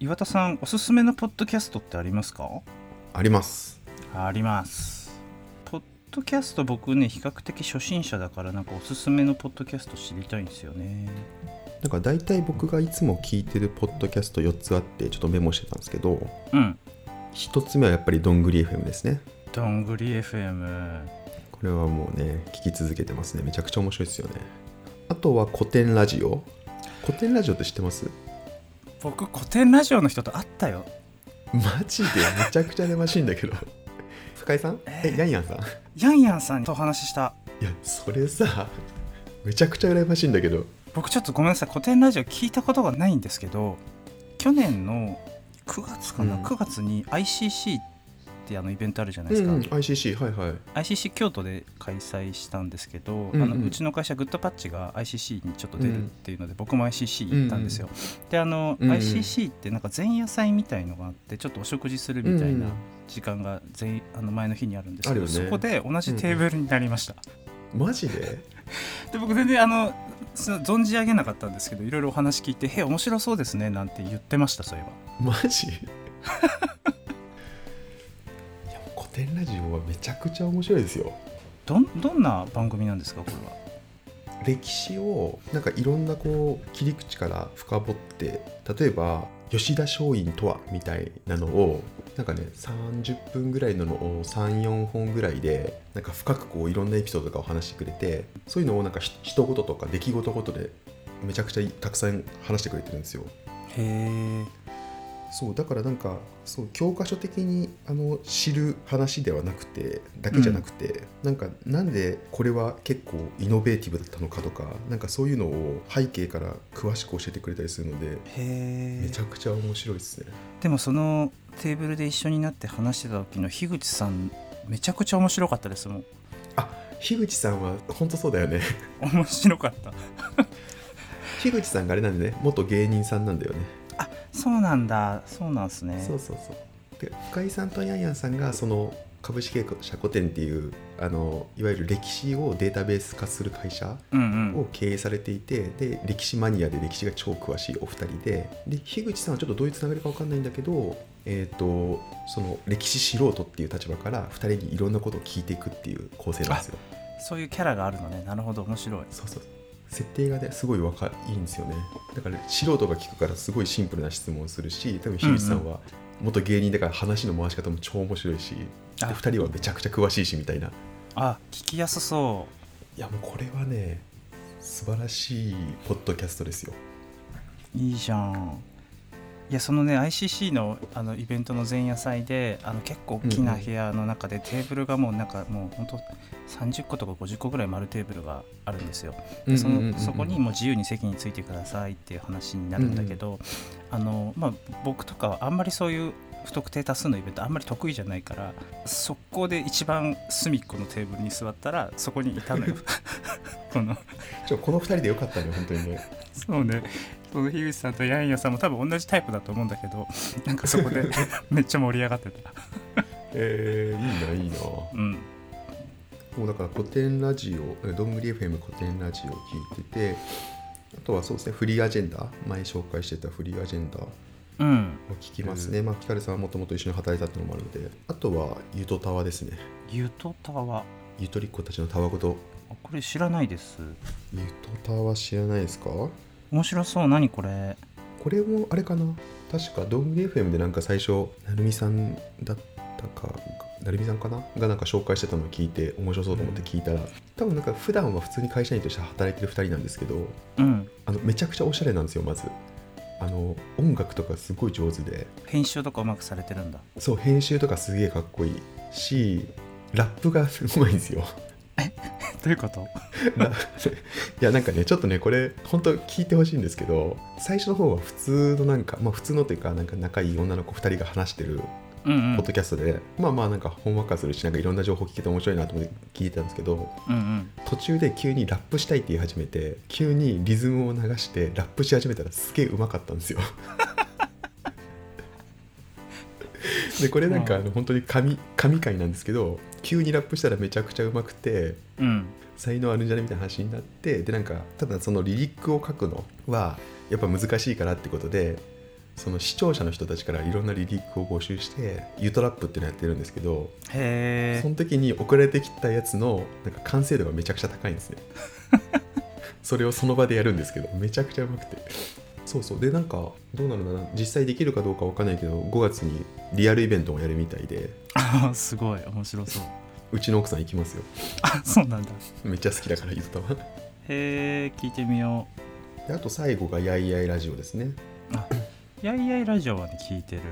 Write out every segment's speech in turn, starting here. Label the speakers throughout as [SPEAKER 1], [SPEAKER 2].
[SPEAKER 1] 岩田さんおすすめのポッドキャストってありますか
[SPEAKER 2] あります
[SPEAKER 1] ありますポッドキャスト僕ね比較的初心者だからなんかおすすめのポッドキャスト知りたいんですよね
[SPEAKER 2] なんか大体僕がいつも聞いてるポッドキャスト4つあってちょっとメモしてたんですけど
[SPEAKER 1] うん
[SPEAKER 2] 1つ目はやっぱりどんぐり FM ですね
[SPEAKER 1] どんぐり FM
[SPEAKER 2] これはもうね聞き続けてますねめちゃくちゃ面白いですよねあとは古典ラジオ古典ラジオって知ってます
[SPEAKER 1] 僕古典ラジオの人と会ったよ
[SPEAKER 2] マジでめちゃくちゃ羨ましいんだけど深井さんえヤンヤンさん
[SPEAKER 1] ヤンヤンさんとお話しした
[SPEAKER 2] いやそれさめちゃくちゃ羨ましいんだけど
[SPEAKER 1] 僕ちょっとごめんなさい古典ラジオ聞いたことがないんですけど去年の9月かな、
[SPEAKER 2] うん
[SPEAKER 1] 9月に ICC ってあのイベントあるじゃないです
[SPEAKER 2] うん
[SPEAKER 1] か、
[SPEAKER 2] うん ICC はいはい
[SPEAKER 1] ICC 京都で開催したんですけど、
[SPEAKER 2] うんうん
[SPEAKER 1] あのうちの会社グッドパッチが ICC にちょっと出るっていうので、僕も ICC 行ったんですよ、であの、
[SPEAKER 2] うんうん
[SPEAKER 1] ICC ってなんか前夜祭みたいのがあってちょっとお食事するみたいな時間が前あの前の日にあるんですけど、
[SPEAKER 2] あるよ
[SPEAKER 1] そ
[SPEAKER 2] ね
[SPEAKER 1] こで同じテーブルになりました、
[SPEAKER 2] マジで
[SPEAKER 1] で僕全然あのその存じ上げなかったんですけどいろいろお話聞いて「へえ面白そうですね」なんて言ってましたそういえば
[SPEAKER 2] マジ いやもう古典ラジオはめちゃくちゃ面白いですよ
[SPEAKER 1] どんどんな番組なんですかこれは
[SPEAKER 2] 歴史をなんかいろんなこう切り口から深掘って例えば吉田松陰とはみたいなのをなんかね30分ぐらいのを34本ぐらいでなんか深くこういろんなエピソードとかお話してくれてそういうのをなんかひ一言とか出来事ごとでめちゃくちゃたくさん話してくれてるんですよ。
[SPEAKER 1] へえ
[SPEAKER 2] そうだからなんかそう教科書的にあの知る話ではなくてだけじゃなくて、なんかなんでこれは結構イノベーティブだったのかとかなんかそういうのを背景から詳しく教えてくれたりするので
[SPEAKER 1] へ
[SPEAKER 2] めちゃくちゃ面白いですね。
[SPEAKER 1] でもそのテーブルで一緒になって話してた時の樋口さんめちゃくちゃ面白かったですもん
[SPEAKER 2] 樋口さんは本当そうだよね
[SPEAKER 1] 面白かった
[SPEAKER 2] 樋口さんがあれなんでね元芸人さんなんだよね。
[SPEAKER 1] そうなんだそうなんすね
[SPEAKER 2] そうそうそうで深井さんとヤンヤンさんがその株式会社古典っていうあのいわゆる歴史をデータベース化する会社
[SPEAKER 1] うんうん
[SPEAKER 2] を経営されていてで歴史マニアで歴史が超詳しいお二人でで樋口さんはちょっとどういうつながりか分かんないんだけど、えー、とその歴史素人っていう立場から二人にいろんなことを聞いていくっていう構成なんですよ。
[SPEAKER 1] そういうキャラがあるのねなるほど面白い
[SPEAKER 2] そうそう設定がねすごいわかいいんですよねだから素人が聞くからすごいシンプルな質問をするし多分樋口さんは元芸人だから話の回し方も超面白いし、で
[SPEAKER 1] あ
[SPEAKER 2] 二人はめちゃくちゃ詳しいしみたいな
[SPEAKER 1] あ聞きやすそ
[SPEAKER 2] いやもうこれはね素晴らしいポッドキャストですよ。
[SPEAKER 1] ういいじゃんいやそのね ICC のあのイベントの前夜祭であの結構大きな部屋の中でテーブルがもうなんかもうほんと30個とか50個ぐらい丸テーブルがあるんですよでそ
[SPEAKER 2] うんうんうんう
[SPEAKER 1] の
[SPEAKER 2] ん
[SPEAKER 1] そこにもう自由に席についてくださいっていう話になるんだけど、あのまあ、僕とかはあんまりそういう不特定多数のイベントあんまり得意じゃないから速攻で一番隅っこのテーブルに座ったらそこにいた のよこの
[SPEAKER 2] ちょこの2人でよかったね、本当に ね。
[SPEAKER 1] そうねその樋口さんとヤンヤさんも多分同じタイプだと思うんだけどなんかそこ でめっちゃ盛り上がってた、
[SPEAKER 2] えー、いいな、いいな。も
[SPEAKER 1] うん、
[SPEAKER 2] うだから古典ラジオ、えどんぐり FM 古典ラジオ聞いてて、あとはそうですね、フリーアジェンダ、前紹介してたフリーアジェンダも
[SPEAKER 1] うん、
[SPEAKER 2] 聞きますね。まあ、ピカルさんはもともと一緒に働いたってのもあるので、あとはゆとたわですね。
[SPEAKER 1] ゆとたわ
[SPEAKER 2] ゆとりっ子たちのたわごと。
[SPEAKER 1] あこれ知らないです
[SPEAKER 2] ゆとたわ知らないですか
[SPEAKER 1] 面白そう何これ
[SPEAKER 2] これもあれかな確かどんぐり FM でなんか最初なるみさんだったかなるみさんかながなんか紹介してたのを聞いて面白そうと思って聞いたら、多分なんか普段は普通に会社員として働いてる2人なんですけど
[SPEAKER 1] うん
[SPEAKER 2] あのめちゃくちゃおしゃれなんですよまずあの音楽とかすごい上手で
[SPEAKER 1] 編集とかうまくされてるんだ
[SPEAKER 2] そう編集とかすげえかっこいいしラップがすごいんですよ
[SPEAKER 1] どういうこと
[SPEAKER 2] ラいやなんかねちょっとねこれ本当聞いてほしいんですけど最初の方は普通のなんかまあ普通のというかなんか仲いい女の子2人が話してる
[SPEAKER 1] うんうん
[SPEAKER 2] ポッドキャストで、まあまあなんかほんわかするしなんかいろんな情報聞けて面白いなと思って聞いてたんですけど
[SPEAKER 1] うんうん
[SPEAKER 2] 途中で急にラップしたいって言い始めて急にリズムを流してラップし始めたらすげえうまかったんで すよ。でこれなんかあの本当に神神回なんですけど急にラップしたらめちゃくちゃうまくて
[SPEAKER 1] うん
[SPEAKER 2] 才能あるんじゃねみたいな話になってでなんかただそのリリックを書くのはやっぱ難しいからってことでその視聴者の人たちからいろんなリリックを募集して「ユートラップ」っていうのやってるんですけど
[SPEAKER 1] へ
[SPEAKER 2] その時に送られてきたやつのなんか完成度がめちゃくちゃ高いんですねそれをその場でやるんですけどめちゃくちゃうまくてそうそうでなんかどうなるんだな実際できるかどうかわかんないけど5月にリアルイベントをやるみたいで
[SPEAKER 1] えすごい面白そう
[SPEAKER 2] うちの奥さん行きますよ
[SPEAKER 1] あそうなんだ
[SPEAKER 2] めっちゃ好きだから言ったわ
[SPEAKER 1] へえ聞いてみよ
[SPEAKER 2] であと最後がやいやいラジオですね
[SPEAKER 1] うやいやいラジオはね聞いてる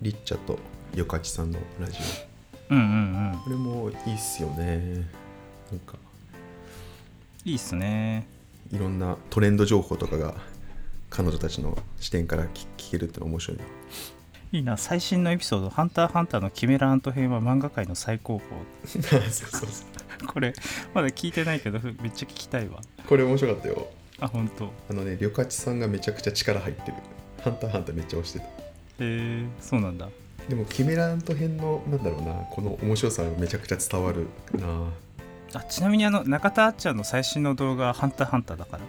[SPEAKER 2] リッチャとヨカチさんのラジオ
[SPEAKER 1] うんうんうん
[SPEAKER 2] これもいいっすよねなんか
[SPEAKER 1] いいっすね
[SPEAKER 2] いろんなトレンド情報とかが彼女たちの視点から聞聞けるっての面白いない
[SPEAKER 1] いな最新のエピソード「ハンターハンター」のキメラアント編は漫画界の最高峰
[SPEAKER 2] そうそうそ
[SPEAKER 1] これまだ聞いてないけどめっちゃ聞きたいわ
[SPEAKER 2] う これ面白かったよ
[SPEAKER 1] あ本当。へ
[SPEAKER 2] あのね旅客さんがめちゃくちゃ力入ってるハンターハンターめっちゃ押してた
[SPEAKER 1] えそうなんだ
[SPEAKER 2] でもキメラアント編のなんだろうなこの面白さがめちゃくちゃ伝わるな
[SPEAKER 1] あちなみにあの中田あっちゃんの最新の動画は「ハンターハンター」だから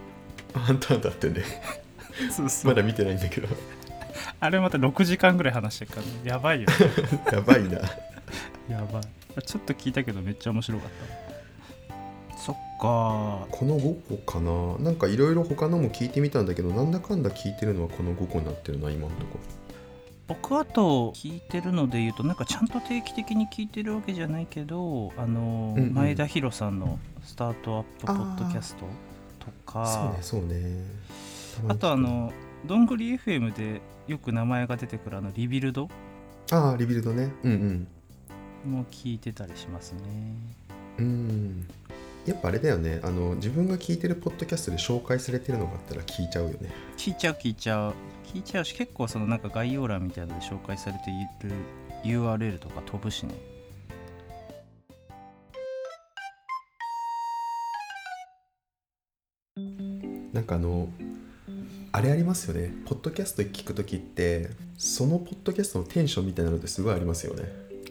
[SPEAKER 2] あハンターハンターってね
[SPEAKER 1] そうそ
[SPEAKER 2] ま
[SPEAKER 1] う、
[SPEAKER 2] だ見てないんだけど
[SPEAKER 1] あれまた6時間ぐらい話してるから、ね、やばいよ
[SPEAKER 2] やばいな
[SPEAKER 1] やばいあちょっと聞いたけどめっちゃ面白かったそっか
[SPEAKER 2] この5個かななんかいろいろ他のも聞いてみたんだけどなんだかんだ聞いてるのはこの5個になってるな今のとこ
[SPEAKER 1] 僕あと聞いてるので言うとなんかちゃんと定期的に聞いてるわけじゃないけどあの、
[SPEAKER 2] うんうん
[SPEAKER 1] 前田寛さんの「スタートアップポッドキャスト」とか
[SPEAKER 2] そうねそうねたまに
[SPEAKER 1] あとあのどんぐり FM でよく名前が出てくるあのリビルド
[SPEAKER 2] ああリビルドねうんうん
[SPEAKER 1] も聞いてたりしますね
[SPEAKER 2] うんやっぱあれだよねあの自分が聞いてるポッドキャストで紹介されてるのがあったら聞いちゃうよね
[SPEAKER 1] 聞いちゃう聞いちゃう聞いちゃうし結構そのなんか概要欄みたいなので紹介されている URL とか飛ぶしね
[SPEAKER 2] なんかあのあれありますよねポッドキャスト聞く時ってそのポッドキャストのテンションみたいなのってすごいありますよね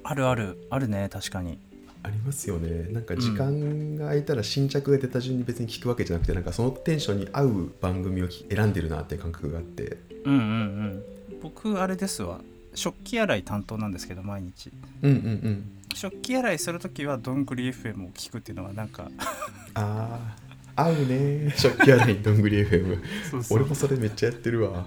[SPEAKER 1] あるあるあるね確かに
[SPEAKER 2] ありますよねなんか時間が空いたら新着が出た順に別に聞くわけじゃなくてなんかそのテンションに合う番組をき選んでるなっていう感覚があって
[SPEAKER 1] うんうんうん僕あれですわ食器洗い担当なんですけど毎日
[SPEAKER 2] うんうんうん
[SPEAKER 1] 食器洗いするときはどんぐり FM を聞くっていうのはなんか
[SPEAKER 2] あー 合うね食器洗いどんぐり FM
[SPEAKER 1] そう
[SPEAKER 2] 俺もそれめっちゃやってるわ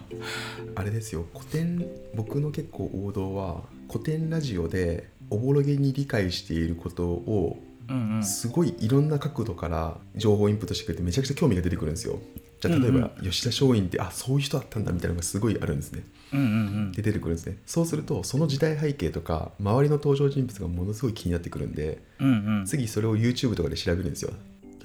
[SPEAKER 2] あれですよ古典僕の結構王道は古典ラジオでおぼろげに理解していることを
[SPEAKER 1] うんうん
[SPEAKER 2] すごいいろんな角度から情報インプットしてくれてめちゃくちゃ興味が出てくるんですよじゃあ例えば吉田松陰ってあそういう人だったんだみたいなのがすごいあるんですね
[SPEAKER 1] うんうん
[SPEAKER 2] で出てくるんですねそうするとその時代背景とか周りの登場人物がものすごい気になってくるんで
[SPEAKER 1] うんうん
[SPEAKER 2] 次それを YouTube とかで調べるんですよ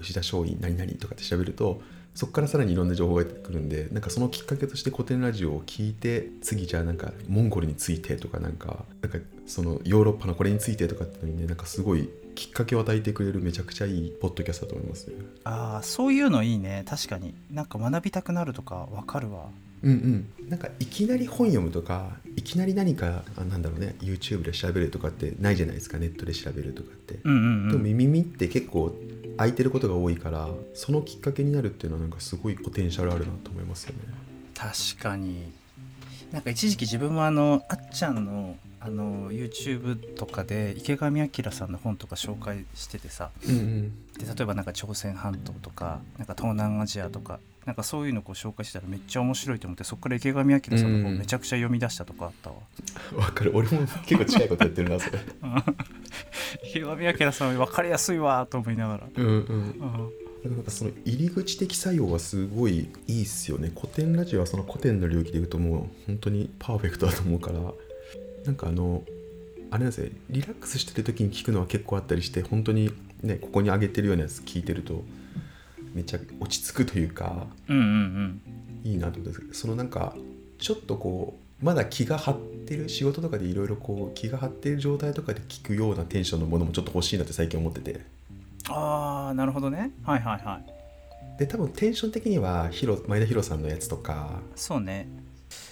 [SPEAKER 2] 吉田松陰何々とかって調べるとそこからさらにいろんな情報が出てくるんでなんかそのきっかけとして古典ラジオを聞いて次じゃあなんかモンゴルについてとかなんかなんかそのヨーロッパのこれについてとかってのにねなんかすごいきっかけを与えてくれるめちゃくちゃいいポッドキャストだと思いますね
[SPEAKER 1] ああそういうのいいね確かになんか学びたくなるとかわかるわ
[SPEAKER 2] うんうんなんかいきなり本読むとかいきなり何かあなんだろうね YouTube で調べるとかってないじゃないですかネットで調べるとかって
[SPEAKER 1] うんうん
[SPEAKER 2] で
[SPEAKER 1] う
[SPEAKER 2] も
[SPEAKER 1] ん
[SPEAKER 2] 耳って結構空いてることが多いからそのきっかけになるっていうのはなんかすごいポテンシャルあるなと思いますよね。
[SPEAKER 1] 確かになんか一時期自分もあのあっちゃんのあの YouTube とかで池上彰さんの本とか紹介しててさ
[SPEAKER 2] うんうん、
[SPEAKER 1] で例えばなんか朝鮮半島とかなんか東南アジアとかなんかそういうのこう紹介したらめっちゃ面白いと思ってそこから池上彰さんの
[SPEAKER 2] うんう
[SPEAKER 1] 本
[SPEAKER 2] ん
[SPEAKER 1] めちゃくちゃ読み出したとかあ ったわ、
[SPEAKER 2] わかる俺も結構近いことやってるなそれ。
[SPEAKER 1] 池上彰さん分かりやすいわと思いながら、
[SPEAKER 2] うんうん、
[SPEAKER 1] うん
[SPEAKER 2] なんかその入り口的作用はすごいいいっすよね古典ラジオはその古典の領域で言うともう本当にパーフェクトだと思うからなんかあのあれなんですねリラックスしてる時に聞くのは結構あったりして本当にねここに上げてるようなやつ聞いてるとめっちゃ落ち着くというか
[SPEAKER 1] うんうん
[SPEAKER 2] いいなと思ったんですけどそのなんかちょっとこうまだ気が張ってる仕事とかでいろいろこう気が張ってる状態とかで聞くようなテンションのものもちょっと欲しいなって最近思ってて
[SPEAKER 1] ああなるほどねはいはいはい
[SPEAKER 2] で多分テンション的にはヒロ前田ヒロさんのやつとか
[SPEAKER 1] そうね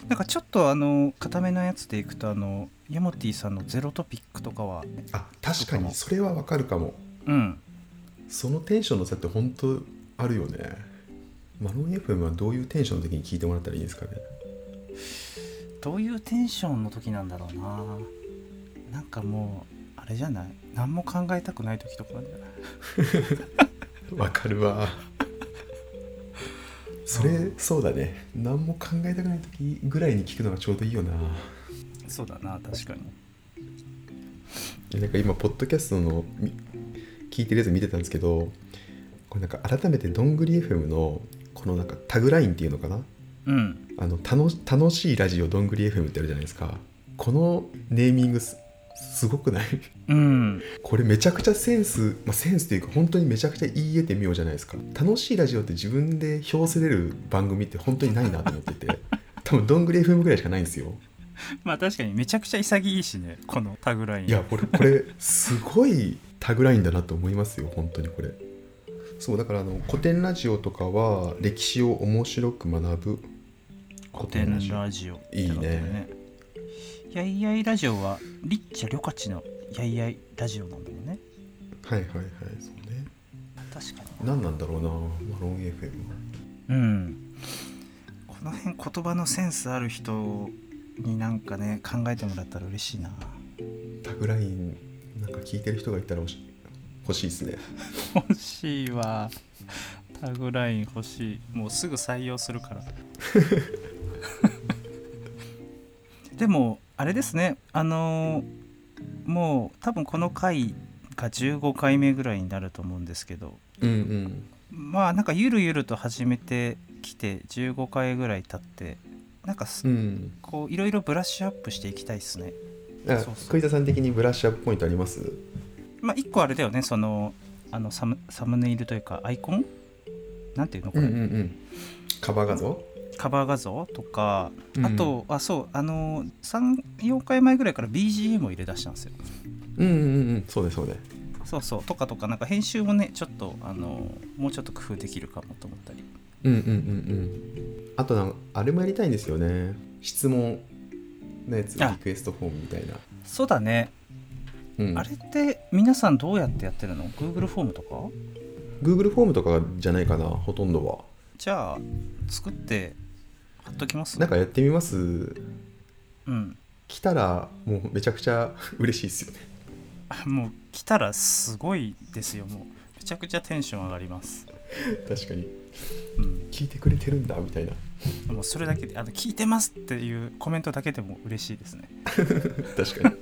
[SPEAKER 1] なんかちょっとあの固めのやつでいくとあのヤモティさんの「ゼロトピック」とかは
[SPEAKER 2] あ確かにそれはわかるかも
[SPEAKER 1] うん
[SPEAKER 2] そのテンションの差って本当あるよねマロン FM はどういうテンションの時に聞いてもらったらいいんですかね
[SPEAKER 1] どういうテンションの時なんだろうななんかもうあれじゃない何も考えたくない時とかなんじゃない
[SPEAKER 2] わかるわそれ、そうだね何も考えたくない時ぐらいに聞くのがちょうどいいよな
[SPEAKER 1] そうだな確かに
[SPEAKER 2] なんか今ポッドキャストのみ聞いてるやつ見てたんですけどこれなんか改めてどんぐり FM のこのなんかタグラインっていうのかな
[SPEAKER 1] うん
[SPEAKER 2] あの楽し楽しいラジオどんぐり FM ってあるじゃないですかこのネーミングすすごくない
[SPEAKER 1] うん
[SPEAKER 2] これめちゃくちゃセンス、まあ、センスというか本当にめちゃくちゃ言い得てみようじゃないですか楽しいラジオって自分で評せれる番組って本当にないなと思ってて 多分どんぐり FM ぐらいしかないんですよ
[SPEAKER 1] まあ確かにめちゃくちゃ潔いしねこのタグライン
[SPEAKER 2] いやこれこれすごいタグラインだなと思いますよ本当にこれそうだからあの古典ラジオとかは歴史を面白く学ぶ
[SPEAKER 1] 古典ラジオ
[SPEAKER 2] いいね
[SPEAKER 1] やいやいラジオはリッチャ・リョカチのやいやいラジオなんだよね
[SPEAKER 2] はいはいはいそうね
[SPEAKER 1] 確かに
[SPEAKER 2] 何なんだろうなマロン FM は
[SPEAKER 1] うんこの辺言葉のセンスある人になんかね考えてもらったら嬉しいな
[SPEAKER 2] タグラインなんか聞いてる人がいたら欲し欲しいですね
[SPEAKER 1] 欲しいわタグライン欲しいもうすぐ採用するからでもあれですねあのーもう多分この回が15回目ぐらいになると思うんですけど
[SPEAKER 2] うんうん
[SPEAKER 1] まあなんかゆるゆると始めてきて15回ぐらい経ってなんかす
[SPEAKER 2] うん
[SPEAKER 1] こういろいろブラッシュアップしていきたいですね
[SPEAKER 2] あ
[SPEAKER 1] そうそう
[SPEAKER 2] 栗田さん的にブラッシュアップポイントあります
[SPEAKER 1] まあ一個あれだよねそのあのサムサムネイルというかアイコンなんていうのこれ、
[SPEAKER 2] んカバー画像
[SPEAKER 1] カバー画像とか、
[SPEAKER 2] うん
[SPEAKER 1] あとあそうあの34回前ぐらいから BGM を入れ出したんですよ
[SPEAKER 2] うんうんうんそうねそうね
[SPEAKER 1] そうそうとかとかなんか編集もねちょっとあのもうちょっと工夫できるかもと思ったり
[SPEAKER 2] うんうんうんうんあとなんあれもやりたいんですよね質問のやつリ
[SPEAKER 1] あ
[SPEAKER 2] クエストフォームみたいな、
[SPEAKER 1] そうだね、
[SPEAKER 2] うん、
[SPEAKER 1] あれって皆さんどうやってやってるの Google フォームとか
[SPEAKER 2] Google フォームとかじゃないかなほとんどは
[SPEAKER 1] じゃあ作って貼っときます
[SPEAKER 2] なんかやってみます
[SPEAKER 1] うん
[SPEAKER 2] 来たらもうめちゃくちゃ嬉しいですよね
[SPEAKER 1] あもう来たらすごいですよもうめちゃくちゃテンション上がります、
[SPEAKER 2] 確かに
[SPEAKER 1] うん、
[SPEAKER 2] 聞いてくれてるんだみたいな
[SPEAKER 1] もうそれだけであの聞いてますっていうコメントだけでも嬉しいですね
[SPEAKER 2] 確かに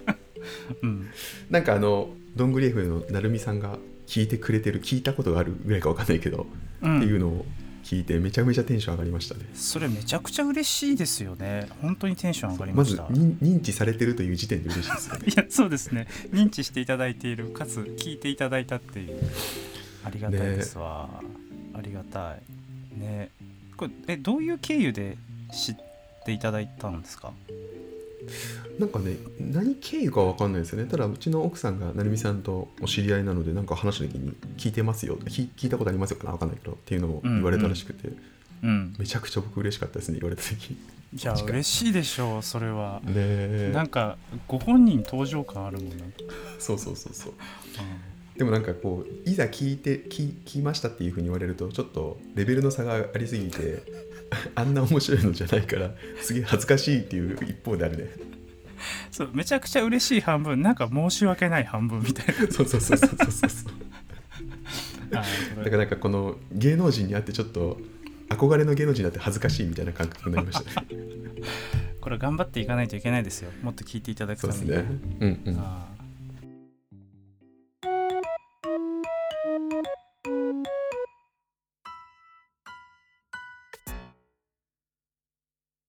[SPEAKER 1] うん
[SPEAKER 2] なんかあのどんぐり F のなるみさんが聞いてくれてる聞いたことがあるぐらいかわかんないけど、
[SPEAKER 1] うん
[SPEAKER 2] っていうのを聞いてめちゃめちゃテンション上がりましたね
[SPEAKER 1] それめちゃくちゃ嬉しいですよね本当にテンション上がり
[SPEAKER 2] ま
[SPEAKER 1] まし
[SPEAKER 2] ず
[SPEAKER 1] た、
[SPEAKER 2] 認認知されてるという時点で嬉しいですよね
[SPEAKER 1] いやそうですね認知していただいているかつ聞いていただいたっていうありがたいですわ、ありがたいねこれえどういう経由で知っていただいたんですか
[SPEAKER 2] なんかね何経由かわかんないですよねただうちの奥さんがなるみさんとお知り合いなのでなんか話した時に聞いてますよ聞聞いたことありますよかなわかんないけどっていうのを言われたらしくて、
[SPEAKER 1] うん
[SPEAKER 2] めちゃくちゃ僕嬉しかった ですね言われた時
[SPEAKER 1] じゃあ
[SPEAKER 2] 確かに
[SPEAKER 1] 嬉しいでしょうそれは
[SPEAKER 2] ねえ
[SPEAKER 1] なんかご本人登場感あるもんな、
[SPEAKER 2] そうそうそうそうでもなんかこういざ聞いて聞聞きましたっていうふうに言われるとちょっとレベルの差がありすぎて あんな面白いのじゃないからすげえ恥ずかしいっていう一方であるね
[SPEAKER 1] そうめちゃくちゃ嬉しい半分なんか申し訳ない半分みたい
[SPEAKER 2] そうそうそうそうそうそうそう
[SPEAKER 1] なあ
[SPEAKER 2] だからなんかこの芸能人に会ってちょっと憧れの芸能人になって恥ずかしいみたいな感覚になりましたね
[SPEAKER 1] これ頑張っていかないといけないですよもっと聞いていただく
[SPEAKER 2] そ
[SPEAKER 1] た
[SPEAKER 2] う
[SPEAKER 1] め
[SPEAKER 2] です
[SPEAKER 1] に
[SPEAKER 2] ねうんうん
[SPEAKER 1] あ